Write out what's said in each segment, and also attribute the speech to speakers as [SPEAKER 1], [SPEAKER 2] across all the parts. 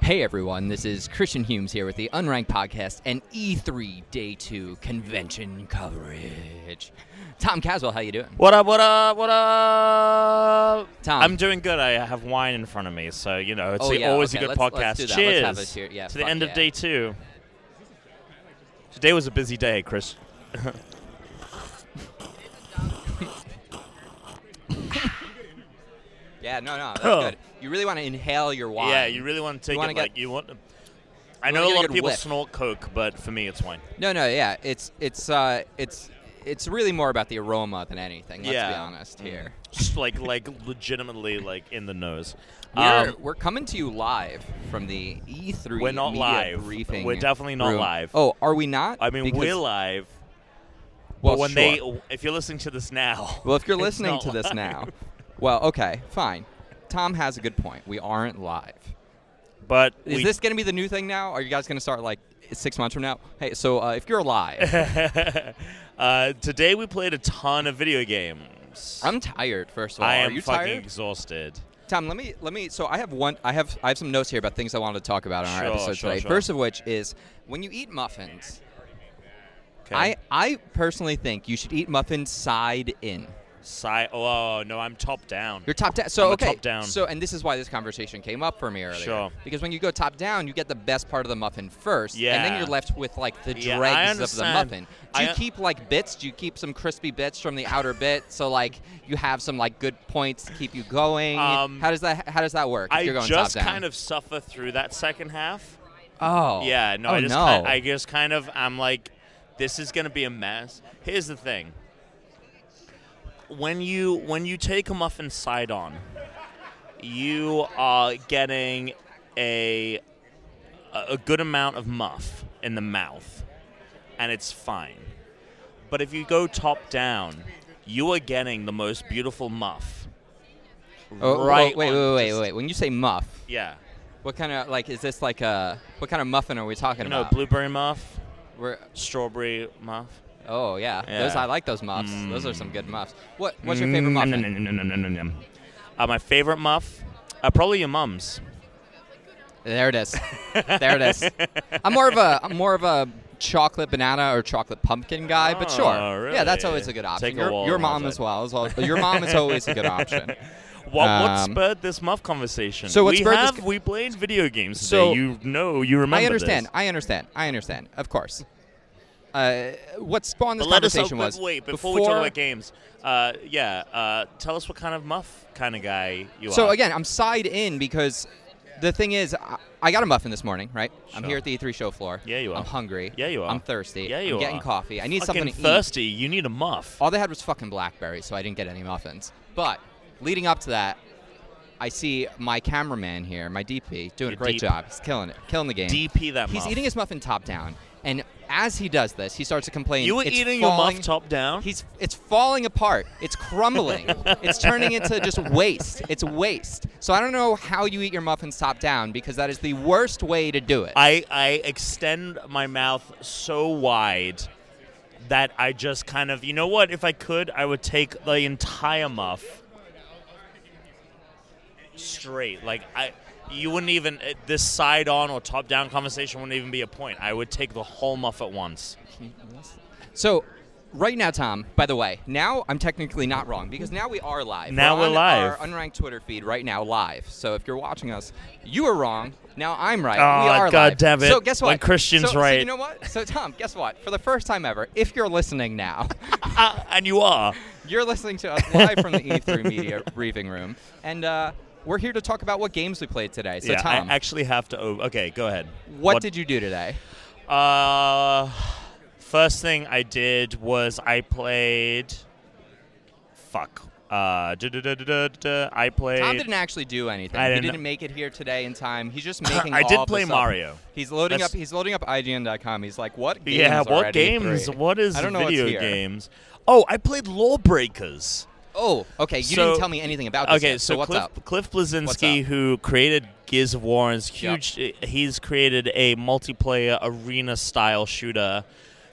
[SPEAKER 1] Hey everyone, this is Christian Humes here with the Unranked Podcast and E3 Day 2 convention coverage. Tom Caswell, how you doing?
[SPEAKER 2] What up, what up, what up?
[SPEAKER 1] Tom.
[SPEAKER 2] I'm doing good. I have wine in front of me, so, you know, it's
[SPEAKER 1] Um, Oh,
[SPEAKER 2] a-
[SPEAKER 1] yeah,
[SPEAKER 2] always
[SPEAKER 1] okay,
[SPEAKER 2] a good
[SPEAKER 1] let's- let's
[SPEAKER 2] podcast.
[SPEAKER 1] do that. Let's
[SPEAKER 2] Cheers.
[SPEAKER 1] have a cheer- yeah,
[SPEAKER 2] to the
[SPEAKER 1] fuck
[SPEAKER 2] end
[SPEAKER 1] yeah.
[SPEAKER 2] of day two. Today was a busy day, Chris.
[SPEAKER 1] Yeah, no, no, that's good. You really want to inhale your wine.
[SPEAKER 2] Yeah, you really want to take
[SPEAKER 1] wanna
[SPEAKER 2] it
[SPEAKER 1] get-
[SPEAKER 2] like you want. to- I
[SPEAKER 1] wanna
[SPEAKER 2] know
[SPEAKER 1] get
[SPEAKER 2] a
[SPEAKER 1] a
[SPEAKER 2] lot of
[SPEAKER 1] good
[SPEAKER 2] people
[SPEAKER 1] whiff.
[SPEAKER 2] snort Coke, but for me, it's wine.
[SPEAKER 1] No, no, yeah. It's it's uh it's it's really more about the aroma than anything, let's
[SPEAKER 2] yeah.
[SPEAKER 1] be honest
[SPEAKER 2] Mm.
[SPEAKER 1] here.
[SPEAKER 2] Just like, like legitimately, like in the nose.
[SPEAKER 1] We're,
[SPEAKER 2] Um,
[SPEAKER 1] we're coming to you live from the E3
[SPEAKER 2] We're not
[SPEAKER 1] media
[SPEAKER 2] live.
[SPEAKER 1] briefing.
[SPEAKER 2] We're definitely not
[SPEAKER 1] room.
[SPEAKER 2] live.
[SPEAKER 1] Oh, are we not?
[SPEAKER 2] I mean,
[SPEAKER 1] Because-
[SPEAKER 2] we're live.
[SPEAKER 1] well,
[SPEAKER 2] but when
[SPEAKER 1] sure.
[SPEAKER 2] they, if you're listening to this now,
[SPEAKER 1] Well, if you're
[SPEAKER 2] it's
[SPEAKER 1] listening
[SPEAKER 2] not
[SPEAKER 1] to this
[SPEAKER 2] live.
[SPEAKER 1] now, well, okay, fine. Tom has a good point. We aren't live.
[SPEAKER 2] but
[SPEAKER 1] Is
[SPEAKER 2] we
[SPEAKER 1] this going to be the new thing now? Are you guys going to start like six months from now? Hey, so uh, if you're alive,
[SPEAKER 2] uh, today we played a ton of video games.
[SPEAKER 1] I'm tired. First of all,
[SPEAKER 2] I
[SPEAKER 1] are
[SPEAKER 2] am
[SPEAKER 1] you
[SPEAKER 2] fucking
[SPEAKER 1] tired?
[SPEAKER 2] exhausted.
[SPEAKER 1] Tom, let me let me. So I have one. I have I have some notes here about things I wanted to talk about on our
[SPEAKER 2] Sure,
[SPEAKER 1] episode
[SPEAKER 2] sure,
[SPEAKER 1] today.
[SPEAKER 2] sure.
[SPEAKER 1] First of which is when you eat muffins.
[SPEAKER 2] 'Kay?
[SPEAKER 1] I I personally think you should eat muffins side in.
[SPEAKER 2] Si- oh no, I'm top down.
[SPEAKER 1] You're top down. So
[SPEAKER 2] I'm a
[SPEAKER 1] okay.
[SPEAKER 2] top down.
[SPEAKER 1] So and this is why this conversation came up for me earlier.
[SPEAKER 2] Sure.
[SPEAKER 1] Because when you go top down, you get the best part of the muffin first. And then
[SPEAKER 2] Yeah.
[SPEAKER 1] you're left with like the
[SPEAKER 2] Yeah, I
[SPEAKER 1] dregs of the
[SPEAKER 2] understand.
[SPEAKER 1] muffin. Do you
[SPEAKER 2] I- uh,
[SPEAKER 1] keep like bits? Do you keep some crispy bits from the outer bit so like you have some like good points to keep you going?
[SPEAKER 2] Um,
[SPEAKER 1] how does that how does that work? if
[SPEAKER 2] I
[SPEAKER 1] you're going
[SPEAKER 2] just
[SPEAKER 1] top down?
[SPEAKER 2] kind of suffer through that second half.
[SPEAKER 1] Oh.
[SPEAKER 2] Yeah, no,
[SPEAKER 1] oh,
[SPEAKER 2] I just
[SPEAKER 1] no.
[SPEAKER 2] ki- I just kind of I'm like, this is gonna be a mess. Here's the thing. When you when you take a muffin side on, you are getting a a a good amount of muff in the mouth, and it's fine. But if you go top down, you are getting the most beautiful muff.
[SPEAKER 1] Oh, whoa,
[SPEAKER 2] right.
[SPEAKER 1] Wait,
[SPEAKER 2] on-
[SPEAKER 1] wait, wait,
[SPEAKER 2] just-
[SPEAKER 1] wait. When you say muff,
[SPEAKER 2] Yeah.
[SPEAKER 1] what kind of like is this like a what kind of muffin are we talking
[SPEAKER 2] You know,
[SPEAKER 1] about?
[SPEAKER 2] blueberry muff,
[SPEAKER 1] We're,
[SPEAKER 2] strawberry muff.
[SPEAKER 1] oh yeah. those
[SPEAKER 2] Yeah.
[SPEAKER 1] I like those muffs. Those are some good muffs. What what's your favorite
[SPEAKER 2] Mm,
[SPEAKER 1] muffin?
[SPEAKER 2] nom, nom, nom, nom, nom, nom, nom. Uh, my favorite muff, uh, probably your mum's.
[SPEAKER 1] There it is. There it is. I'm more of a I'm more of a chocolate banana or chocolate pumpkin guy, but sure.
[SPEAKER 2] Oh, really?
[SPEAKER 1] Yeah, that's always a good option.
[SPEAKER 2] Take a
[SPEAKER 1] your
[SPEAKER 2] wall
[SPEAKER 1] your
[SPEAKER 2] and
[SPEAKER 1] mom
[SPEAKER 2] have
[SPEAKER 1] as
[SPEAKER 2] it.
[SPEAKER 1] well, as well. Your mom is always a good option.
[SPEAKER 2] What, what
[SPEAKER 1] Um,
[SPEAKER 2] spurred this muff conversation?
[SPEAKER 1] so what
[SPEAKER 2] we
[SPEAKER 1] spurred this
[SPEAKER 2] have
[SPEAKER 1] co-
[SPEAKER 2] we played video games today.
[SPEAKER 1] So-
[SPEAKER 2] you know, you remember.
[SPEAKER 1] I understand.
[SPEAKER 2] This.
[SPEAKER 1] I understand. I understand. Of course. Uh, what spawned this
[SPEAKER 2] But let us
[SPEAKER 1] conversation
[SPEAKER 2] oh,
[SPEAKER 1] was
[SPEAKER 2] wait before, we talk about games. Uh, yeah, uh, tell us what kind of muff kind of guy you are.
[SPEAKER 1] So again, I'm side in because the thing is, I, I got a muffin this morning, right? I'm
[SPEAKER 2] Sure.
[SPEAKER 1] here at the E3 show floor.
[SPEAKER 2] Yeah, you
[SPEAKER 1] I'm
[SPEAKER 2] are.
[SPEAKER 1] hungry.
[SPEAKER 2] Yeah, you are.
[SPEAKER 1] I'm thirsty.
[SPEAKER 2] yeah, you
[SPEAKER 1] I'm
[SPEAKER 2] are
[SPEAKER 1] getting coffee. I need
[SPEAKER 2] Fucking
[SPEAKER 1] something to eat.
[SPEAKER 2] thirsty. You need a muff.
[SPEAKER 1] All they had was fucking blackberry, so I didn't get any muffins. But leading up to that, I see my cameraman here, my DP, doing a
[SPEAKER 2] Your
[SPEAKER 1] great
[SPEAKER 2] deep.
[SPEAKER 1] job. He's killing it, killing the game.
[SPEAKER 2] DP that
[SPEAKER 1] He's
[SPEAKER 2] muff.
[SPEAKER 1] eating his muffin top down, and as he does this, he starts to complain.
[SPEAKER 2] You were
[SPEAKER 1] "It's
[SPEAKER 2] eating your
[SPEAKER 1] falling.
[SPEAKER 2] muff top down.
[SPEAKER 1] He's it's falling apart. It's crumbling. it's turning into just waste. It's waste. So I don't know how you eat your muffins top down because that is the worst way to do it.
[SPEAKER 2] I, I extend my mouth so wide that I just kind of, you know what? If I could, I would take the entire muff straight. Like I, you wouldn't even uh, this side on or top down conversation wouldn't even be a point. I would take the whole muff at once.
[SPEAKER 1] so right now, Tom, by the way, now I'm technically not wrong because now we are live.
[SPEAKER 2] Now
[SPEAKER 1] we're,
[SPEAKER 2] we're
[SPEAKER 1] on
[SPEAKER 2] live.
[SPEAKER 1] Our unranked Twitter feed right now live. So if you're watching us, you were wrong. Now I'm right.
[SPEAKER 2] Aw,
[SPEAKER 1] we are
[SPEAKER 2] God
[SPEAKER 1] live.
[SPEAKER 2] damn it.
[SPEAKER 1] So guess what?
[SPEAKER 2] When Christian's
[SPEAKER 1] So- so you
[SPEAKER 2] right.
[SPEAKER 1] know what? So Tom, guess what? For the first time ever, if you're listening now,
[SPEAKER 2] Uh, and you are.
[SPEAKER 1] You're listening to us live from the E3 Media briefing room, and uh, we're here to talk about what games we played today. So,
[SPEAKER 2] yeah,
[SPEAKER 1] Tom,
[SPEAKER 2] I actually have to. o- Okay, go ahead.
[SPEAKER 1] what, did you do today?
[SPEAKER 2] Uh, first thing I did was I played. Fuck. Uh, duh, duh, duh, duh, duh, duh, I played.
[SPEAKER 1] Tom didn't actually do anything.
[SPEAKER 2] I
[SPEAKER 1] he
[SPEAKER 2] didn't-
[SPEAKER 1] didn't make it here today in time. He's just making.
[SPEAKER 2] I
[SPEAKER 1] all
[SPEAKER 2] did
[SPEAKER 1] of
[SPEAKER 2] play
[SPEAKER 1] this up.
[SPEAKER 2] Mario.
[SPEAKER 1] He's loading
[SPEAKER 2] That's-
[SPEAKER 1] up. He's loading up IGN.com. He's like, "What games?
[SPEAKER 2] yeah,
[SPEAKER 1] are
[SPEAKER 2] what
[SPEAKER 1] at E
[SPEAKER 2] games?
[SPEAKER 1] E3?
[SPEAKER 2] What is
[SPEAKER 1] I don't know
[SPEAKER 2] video
[SPEAKER 1] what's here.
[SPEAKER 2] games? Oh, I played Lawbreakers.
[SPEAKER 1] Oh, okay. You
[SPEAKER 2] So-
[SPEAKER 1] didn't tell me anything about this.
[SPEAKER 2] okay,
[SPEAKER 1] yet,
[SPEAKER 2] so,
[SPEAKER 1] what's
[SPEAKER 2] Cliff,
[SPEAKER 1] up?
[SPEAKER 2] Cliff
[SPEAKER 1] What's
[SPEAKER 2] Blazinski,
[SPEAKER 1] up?
[SPEAKER 2] who created Gears of War, is
[SPEAKER 1] Yep.
[SPEAKER 2] huge. He's created a multiplayer arena style shooter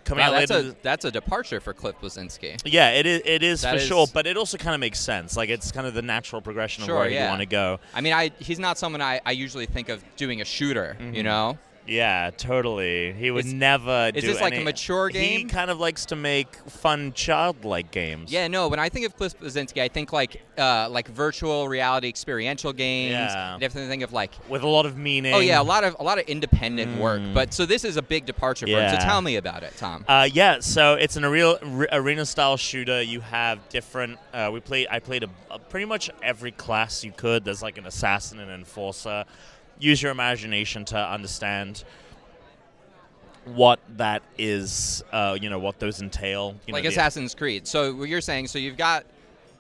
[SPEAKER 2] coming
[SPEAKER 1] Wow,
[SPEAKER 2] out
[SPEAKER 1] that's
[SPEAKER 2] later.
[SPEAKER 1] a that's a departure for Cliff Blazinski.
[SPEAKER 2] yeah, it is. It is
[SPEAKER 1] That
[SPEAKER 2] for
[SPEAKER 1] is-
[SPEAKER 2] sure, but it also kind of makes sense. Like it's kind of the natural progression
[SPEAKER 1] Sure,
[SPEAKER 2] of where
[SPEAKER 1] yeah.
[SPEAKER 2] you want to go.
[SPEAKER 1] I mean, I he's not someone I, I usually think of doing a shooter.
[SPEAKER 2] Mm-hmm.
[SPEAKER 1] You know,
[SPEAKER 2] Yeah, totally. He would
[SPEAKER 1] Is-
[SPEAKER 2] never.
[SPEAKER 1] is
[SPEAKER 2] do
[SPEAKER 1] this like a
[SPEAKER 2] any-
[SPEAKER 1] mature
[SPEAKER 2] He
[SPEAKER 1] game?
[SPEAKER 2] kind of likes to make fun childlike games.
[SPEAKER 1] yeah, no. When I think of Cliff Blazinski, I think like uh, like virtual reality experiential games.
[SPEAKER 2] Yeah.
[SPEAKER 1] I definitely think of like
[SPEAKER 2] with a lot of meaning.
[SPEAKER 1] oh yeah, a lot of a lot of independent work. But so this is a big departure for him.
[SPEAKER 2] Mm. Yeah.
[SPEAKER 1] So tell me about it, Tom.
[SPEAKER 2] Uh, yeah, so it's an real arena style shooter. You have different. Uh, we played. I played a, a pretty much every class you could. There's like an assassin and enforcer. Use your imagination to understand what that is. Uh, you know what those entail. You
[SPEAKER 1] like
[SPEAKER 2] know, the-
[SPEAKER 1] Assassin's Creed. So what you're saying, so you've got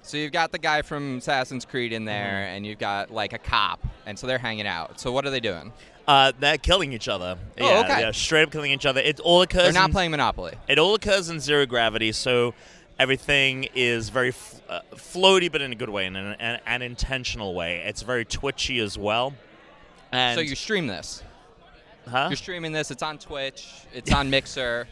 [SPEAKER 1] so you've got the guy from Assassin's Creed in there
[SPEAKER 2] Mm-hmm.
[SPEAKER 1] and you've got like a cop and so they're hanging out. So what are they doing?
[SPEAKER 2] uh, they're killing each other.
[SPEAKER 1] Oh,
[SPEAKER 2] yeah,
[SPEAKER 1] okay.
[SPEAKER 2] yeah, straight up killing each other. It all occurs.
[SPEAKER 1] They're not
[SPEAKER 2] in-
[SPEAKER 1] playing Monopoly.
[SPEAKER 2] It all occurs in zero gravity, so everything is very f- uh, floaty, but in a good way, in an, an, an intentional way. It's very twitchy as well. And
[SPEAKER 1] so you stream this.
[SPEAKER 2] huh?
[SPEAKER 1] You're streaming this. It's on Twitch. It's on Mixer.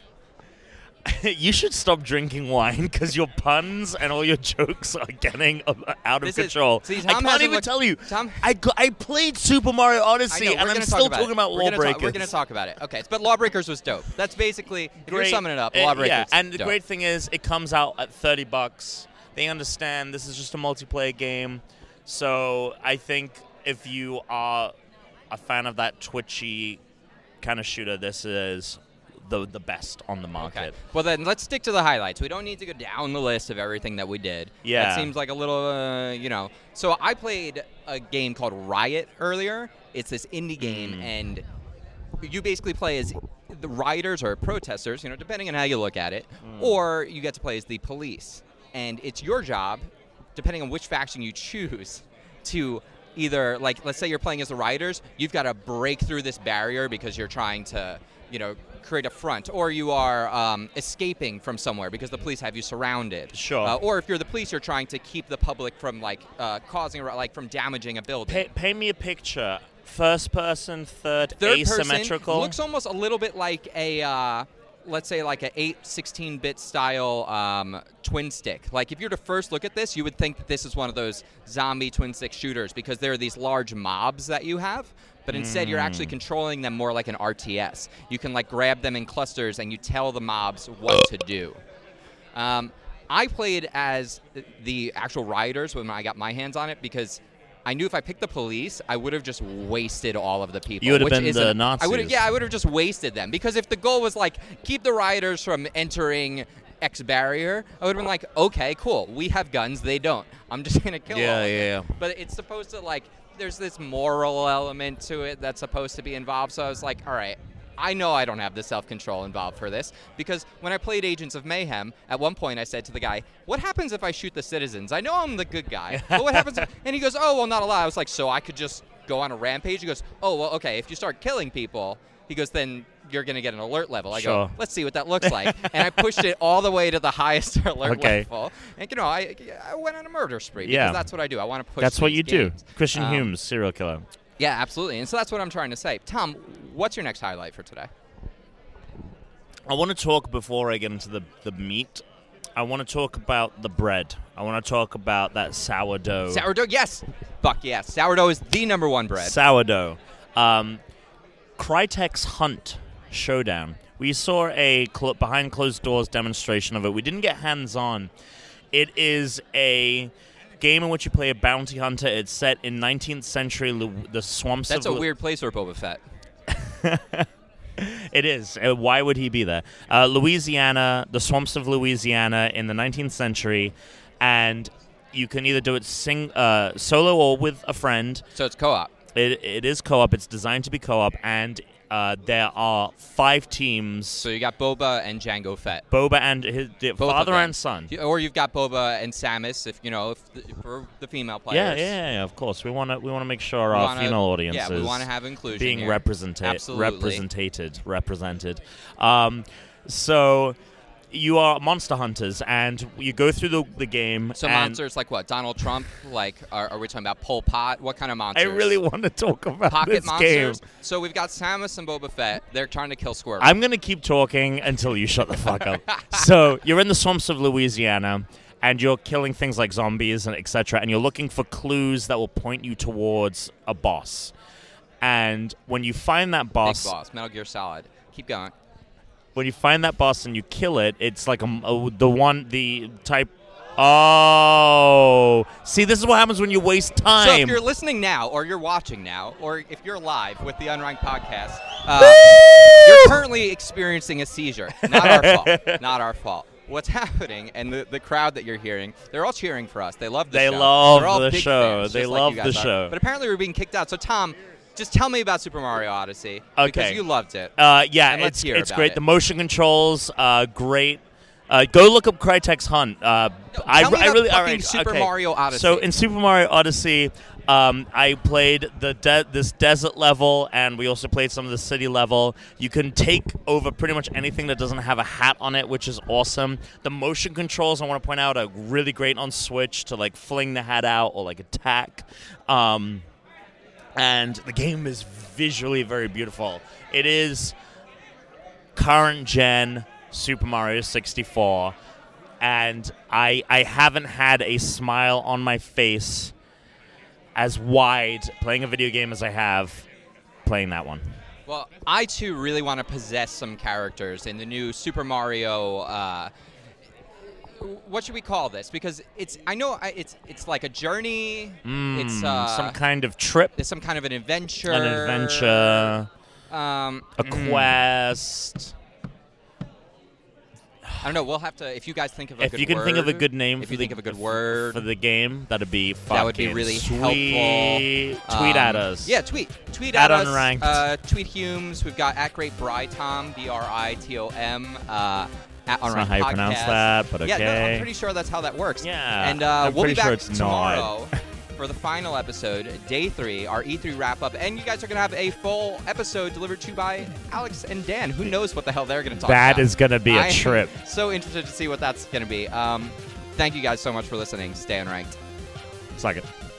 [SPEAKER 2] you should stop drinking wine because your puns and all your jokes are getting uh, out of
[SPEAKER 1] This is-
[SPEAKER 2] control.
[SPEAKER 1] see,
[SPEAKER 2] I
[SPEAKER 1] Tom
[SPEAKER 2] can't
[SPEAKER 1] hasn't
[SPEAKER 2] even
[SPEAKER 1] looked-
[SPEAKER 2] tell you.
[SPEAKER 1] Tom-
[SPEAKER 2] I, go- I played Super Mario
[SPEAKER 1] I
[SPEAKER 2] Odyssey,
[SPEAKER 1] know, we're
[SPEAKER 2] and I'm
[SPEAKER 1] gonna
[SPEAKER 2] still
[SPEAKER 1] talk
[SPEAKER 2] talking
[SPEAKER 1] it.
[SPEAKER 2] about
[SPEAKER 1] we're gonna talk-
[SPEAKER 2] lawbreakers.
[SPEAKER 1] we're going to talk about it. Okay, but Lawbreakers was dope. That's basically, if you're
[SPEAKER 2] great-
[SPEAKER 1] summing it up,
[SPEAKER 2] uh,
[SPEAKER 1] Lawbreakers.
[SPEAKER 2] yeah, and the
[SPEAKER 1] dope.
[SPEAKER 2] great thing is it comes out at 30 bucks. They understand this is just a multiplayer game. So I think if you are a fan of that twitchy kind of shooter, this is the the best on the
[SPEAKER 1] Okay.
[SPEAKER 2] market.
[SPEAKER 1] Well, then let's stick to the highlights. We don't need to go down the list of everything that we did.
[SPEAKER 2] Yeah.
[SPEAKER 1] That seems like a little, uh, you know. So I played a game called Riot earlier. It's this indie game, and you basically play as the rioters or protesters, you know, depending on how you look at it, or you get to play as the police. And it's your job, depending on which faction you choose, to either like let's say you're playing as the rioters, you've got to break through this barrier because you're trying to, you know, create a front, or you are um, escaping from somewhere because the police have you surrounded.
[SPEAKER 2] Sure.
[SPEAKER 1] Uh, or if you're the police, you're trying to keep the public from like uh, causing like from damaging a building.
[SPEAKER 2] Pay, pay me a picture. First person, third,
[SPEAKER 1] third
[SPEAKER 2] asymmetrical.
[SPEAKER 1] person looks almost a little bit like a uh, let's say like a 8 16 bit style um, twin stick like if you were to first look at this you would think that this is one of those zombie twin stick shooters because there are these large mobs that you have but instead you're actually controlling them more like an rts you can like grab them in clusters and you tell the mobs what to do um, I played as the actual rioters when I got my hands on it because I knew if I picked the police, I would have just wasted all of the people.
[SPEAKER 2] You would have
[SPEAKER 1] which
[SPEAKER 2] been the
[SPEAKER 1] isn't- I would have,
[SPEAKER 2] Nazis.
[SPEAKER 1] yeah, I would have just wasted them because if the goal was like keep the rioters from entering X barrier, I would have been like, okay, cool, we have guns, they don't. I'm just gonna kill all
[SPEAKER 2] yeah,
[SPEAKER 1] of them
[SPEAKER 2] yeah, yeah.
[SPEAKER 1] but it's supposed to like there's this moral element to it that's supposed to be involved so i was like all right i know i don't have the self-control involved for this because when i played agents of mayhem at one point i said to the guy what happens if i shoot the citizens i know i'm the good guy but what happens if-" and he goes oh well not a lot i was like so i could just go on a rampage he goes oh well okay if you start killing people he goes then you're going to get an alert level i
[SPEAKER 2] Sure.
[SPEAKER 1] go let's see what that looks like and i pushed it all the way to the highest alert
[SPEAKER 2] Okay.
[SPEAKER 1] level and you know i, I went on a murder spree because
[SPEAKER 2] Yeah.
[SPEAKER 1] that's what i do i want to push
[SPEAKER 2] That's what
[SPEAKER 1] these
[SPEAKER 2] you
[SPEAKER 1] games.
[SPEAKER 2] do. Christian
[SPEAKER 1] Um,
[SPEAKER 2] Humes, serial killer.
[SPEAKER 1] Yeah, absolutely. And so that's what I'm trying to say. Tom, what's your next highlight for today?
[SPEAKER 2] I want to talk before I get into the, the meat. I want to talk about the bread. I want to talk about that sourdough.
[SPEAKER 1] Sourdough, yes. Fuck yes. Sourdough is the number one bread.
[SPEAKER 2] Sourdough. Um, Crytek's Hunt Showdown. We saw a cl- behind closed doors demonstration of it. We didn't get hands on. It is a game in which you play a bounty hunter. It's set in 19th century Lu- the swamps
[SPEAKER 1] that's a
[SPEAKER 2] of Lu-
[SPEAKER 1] weird place for Boba Fett.
[SPEAKER 2] It is. Uh, why would he be there? Uh, Louisiana, the swamps of Louisiana in the 19th century, and you can either do it sing uh, solo or with a friend.
[SPEAKER 1] So it's co-op.
[SPEAKER 2] It, it is co-op. It's designed to be co-op, and uh, there are five teams:
[SPEAKER 1] So you got Boba and Django Fett.
[SPEAKER 2] Boba and his the
[SPEAKER 1] Both of
[SPEAKER 2] father
[SPEAKER 1] them.
[SPEAKER 2] and son.
[SPEAKER 1] You- Or you've got Boba and Samus, if you know, if the, for the female
[SPEAKER 2] Yeah, yeah,
[SPEAKER 1] players.
[SPEAKER 2] yeah, yeah, of course. We want to we want to make sure
[SPEAKER 1] We
[SPEAKER 2] our
[SPEAKER 1] wanna-
[SPEAKER 2] female audience
[SPEAKER 1] Yeah, we
[SPEAKER 2] is
[SPEAKER 1] want to have inclusion.
[SPEAKER 2] being
[SPEAKER 1] here.
[SPEAKER 2] represented,
[SPEAKER 1] Absolutely.
[SPEAKER 2] represented, represented. Um, so you are monster hunters, and you go through the, the game.
[SPEAKER 1] So
[SPEAKER 2] and
[SPEAKER 1] monsters like what? Donald Trump? Like, are, are we talking about Pol Pot? What kind of
[SPEAKER 2] I
[SPEAKER 1] monsters?
[SPEAKER 2] really want to talk about
[SPEAKER 1] pocket
[SPEAKER 2] this
[SPEAKER 1] monsters.
[SPEAKER 2] game.
[SPEAKER 1] So we've got Samus and Boba Fett. They're trying to kill Squirrel.
[SPEAKER 2] I'm going to keep talking until you shut the fuck up. so you're in the swamps of Louisiana, and you're killing things like zombies and etc. And you're looking for clues that will point you towards a boss. And when you find that
[SPEAKER 1] Big
[SPEAKER 2] boss,
[SPEAKER 1] boss, Metal Gear Solid. Keep going.
[SPEAKER 2] when you find that boss and you kill it, it's like a, a- the one the type. Oh, see, this is what happens when you waste
[SPEAKER 1] So if
[SPEAKER 2] time.
[SPEAKER 1] you're listening now, or you're watching now, or if you're live with the Unranked Podcast, uh, you're currently experiencing a seizure. Not our fault. Not our fault. What's happening, and the, the crowd that you're hearing, they're all cheering for us. They love the
[SPEAKER 2] They
[SPEAKER 1] show.
[SPEAKER 2] love
[SPEAKER 1] They're all
[SPEAKER 2] the
[SPEAKER 1] big
[SPEAKER 2] show.
[SPEAKER 1] fans,
[SPEAKER 2] They
[SPEAKER 1] just like
[SPEAKER 2] love
[SPEAKER 1] you guys
[SPEAKER 2] the
[SPEAKER 1] are.
[SPEAKER 2] show.
[SPEAKER 1] But apparently we're being kicked out. So Tom, just tell me about Super Mario Odyssey because
[SPEAKER 2] Okay.
[SPEAKER 1] you loved it.
[SPEAKER 2] Uh, yeah,
[SPEAKER 1] And let's
[SPEAKER 2] it's
[SPEAKER 1] hear
[SPEAKER 2] it's
[SPEAKER 1] about
[SPEAKER 2] great.
[SPEAKER 1] it.
[SPEAKER 2] The motion controls, uh, great. Uh, go look up Crytek's Hunt. Uh, I,
[SPEAKER 1] tell me
[SPEAKER 2] I
[SPEAKER 1] about
[SPEAKER 2] really all
[SPEAKER 1] fucking
[SPEAKER 2] right,
[SPEAKER 1] Super
[SPEAKER 2] okay.
[SPEAKER 1] Mario Odyssey.
[SPEAKER 2] So in Super Mario Odyssey, um, I played the de- this desert level, and we also played some of the city level. You can take over pretty much anything that doesn't have a hat on it, which is awesome. The motion controls I want to point out are really great on Switch to like fling the hat out or like attack. Um, and the game is visually very beautiful. It is current gen Super Mario 64, and I I haven't had a smile on my face as wide playing a video game as I have playing that one.
[SPEAKER 1] Well, I too really want to possess some characters in the new Super Mario. Uh, what should we call this? Because it's I know I- it's it's like a journey. it's
[SPEAKER 2] Hmm,
[SPEAKER 1] uh,
[SPEAKER 2] some kind of trip,
[SPEAKER 1] it's some kind of an adventure.
[SPEAKER 2] an adventure,
[SPEAKER 1] Um,
[SPEAKER 2] a quest.
[SPEAKER 1] I don't know. We'll have to if you guys think of a
[SPEAKER 2] If
[SPEAKER 1] good
[SPEAKER 2] you can think of a
[SPEAKER 1] word-
[SPEAKER 2] good name
[SPEAKER 1] If
[SPEAKER 2] for
[SPEAKER 1] you
[SPEAKER 2] the,
[SPEAKER 1] think of a good word,
[SPEAKER 2] for the game, that'd be fucking
[SPEAKER 1] that would be really
[SPEAKER 2] sweet.
[SPEAKER 1] helpful.
[SPEAKER 2] Tweet at
[SPEAKER 1] Um,
[SPEAKER 2] us.
[SPEAKER 1] Yeah, tweet. Tweet
[SPEAKER 2] At
[SPEAKER 1] at, us.
[SPEAKER 2] Unranked.
[SPEAKER 1] Uh, tweet Humes. We've got at Great Bri Tom B R I T O M. Uh, at
[SPEAKER 2] That's
[SPEAKER 1] Unranked
[SPEAKER 2] not how you pronounce
[SPEAKER 1] Podcast.
[SPEAKER 2] that, but
[SPEAKER 1] Yeah, no,
[SPEAKER 2] okay.
[SPEAKER 1] I'm pretty sure that's how that works.
[SPEAKER 2] Yeah,
[SPEAKER 1] And uh,
[SPEAKER 2] I'm
[SPEAKER 1] we'll be
[SPEAKER 2] pretty sure
[SPEAKER 1] back
[SPEAKER 2] it's not.
[SPEAKER 1] tomorrow for the final episode, day three, our E3 wrap up. And you guys are going to have a full episode delivered to you by Alex and Dan. Who knows what the hell they're going to talk about.
[SPEAKER 2] That is going to be a
[SPEAKER 1] I am
[SPEAKER 2] trip.
[SPEAKER 1] So interested to see what that's going to be. Um, thank you guys so much for listening. Stay unranked.
[SPEAKER 2] Suck it.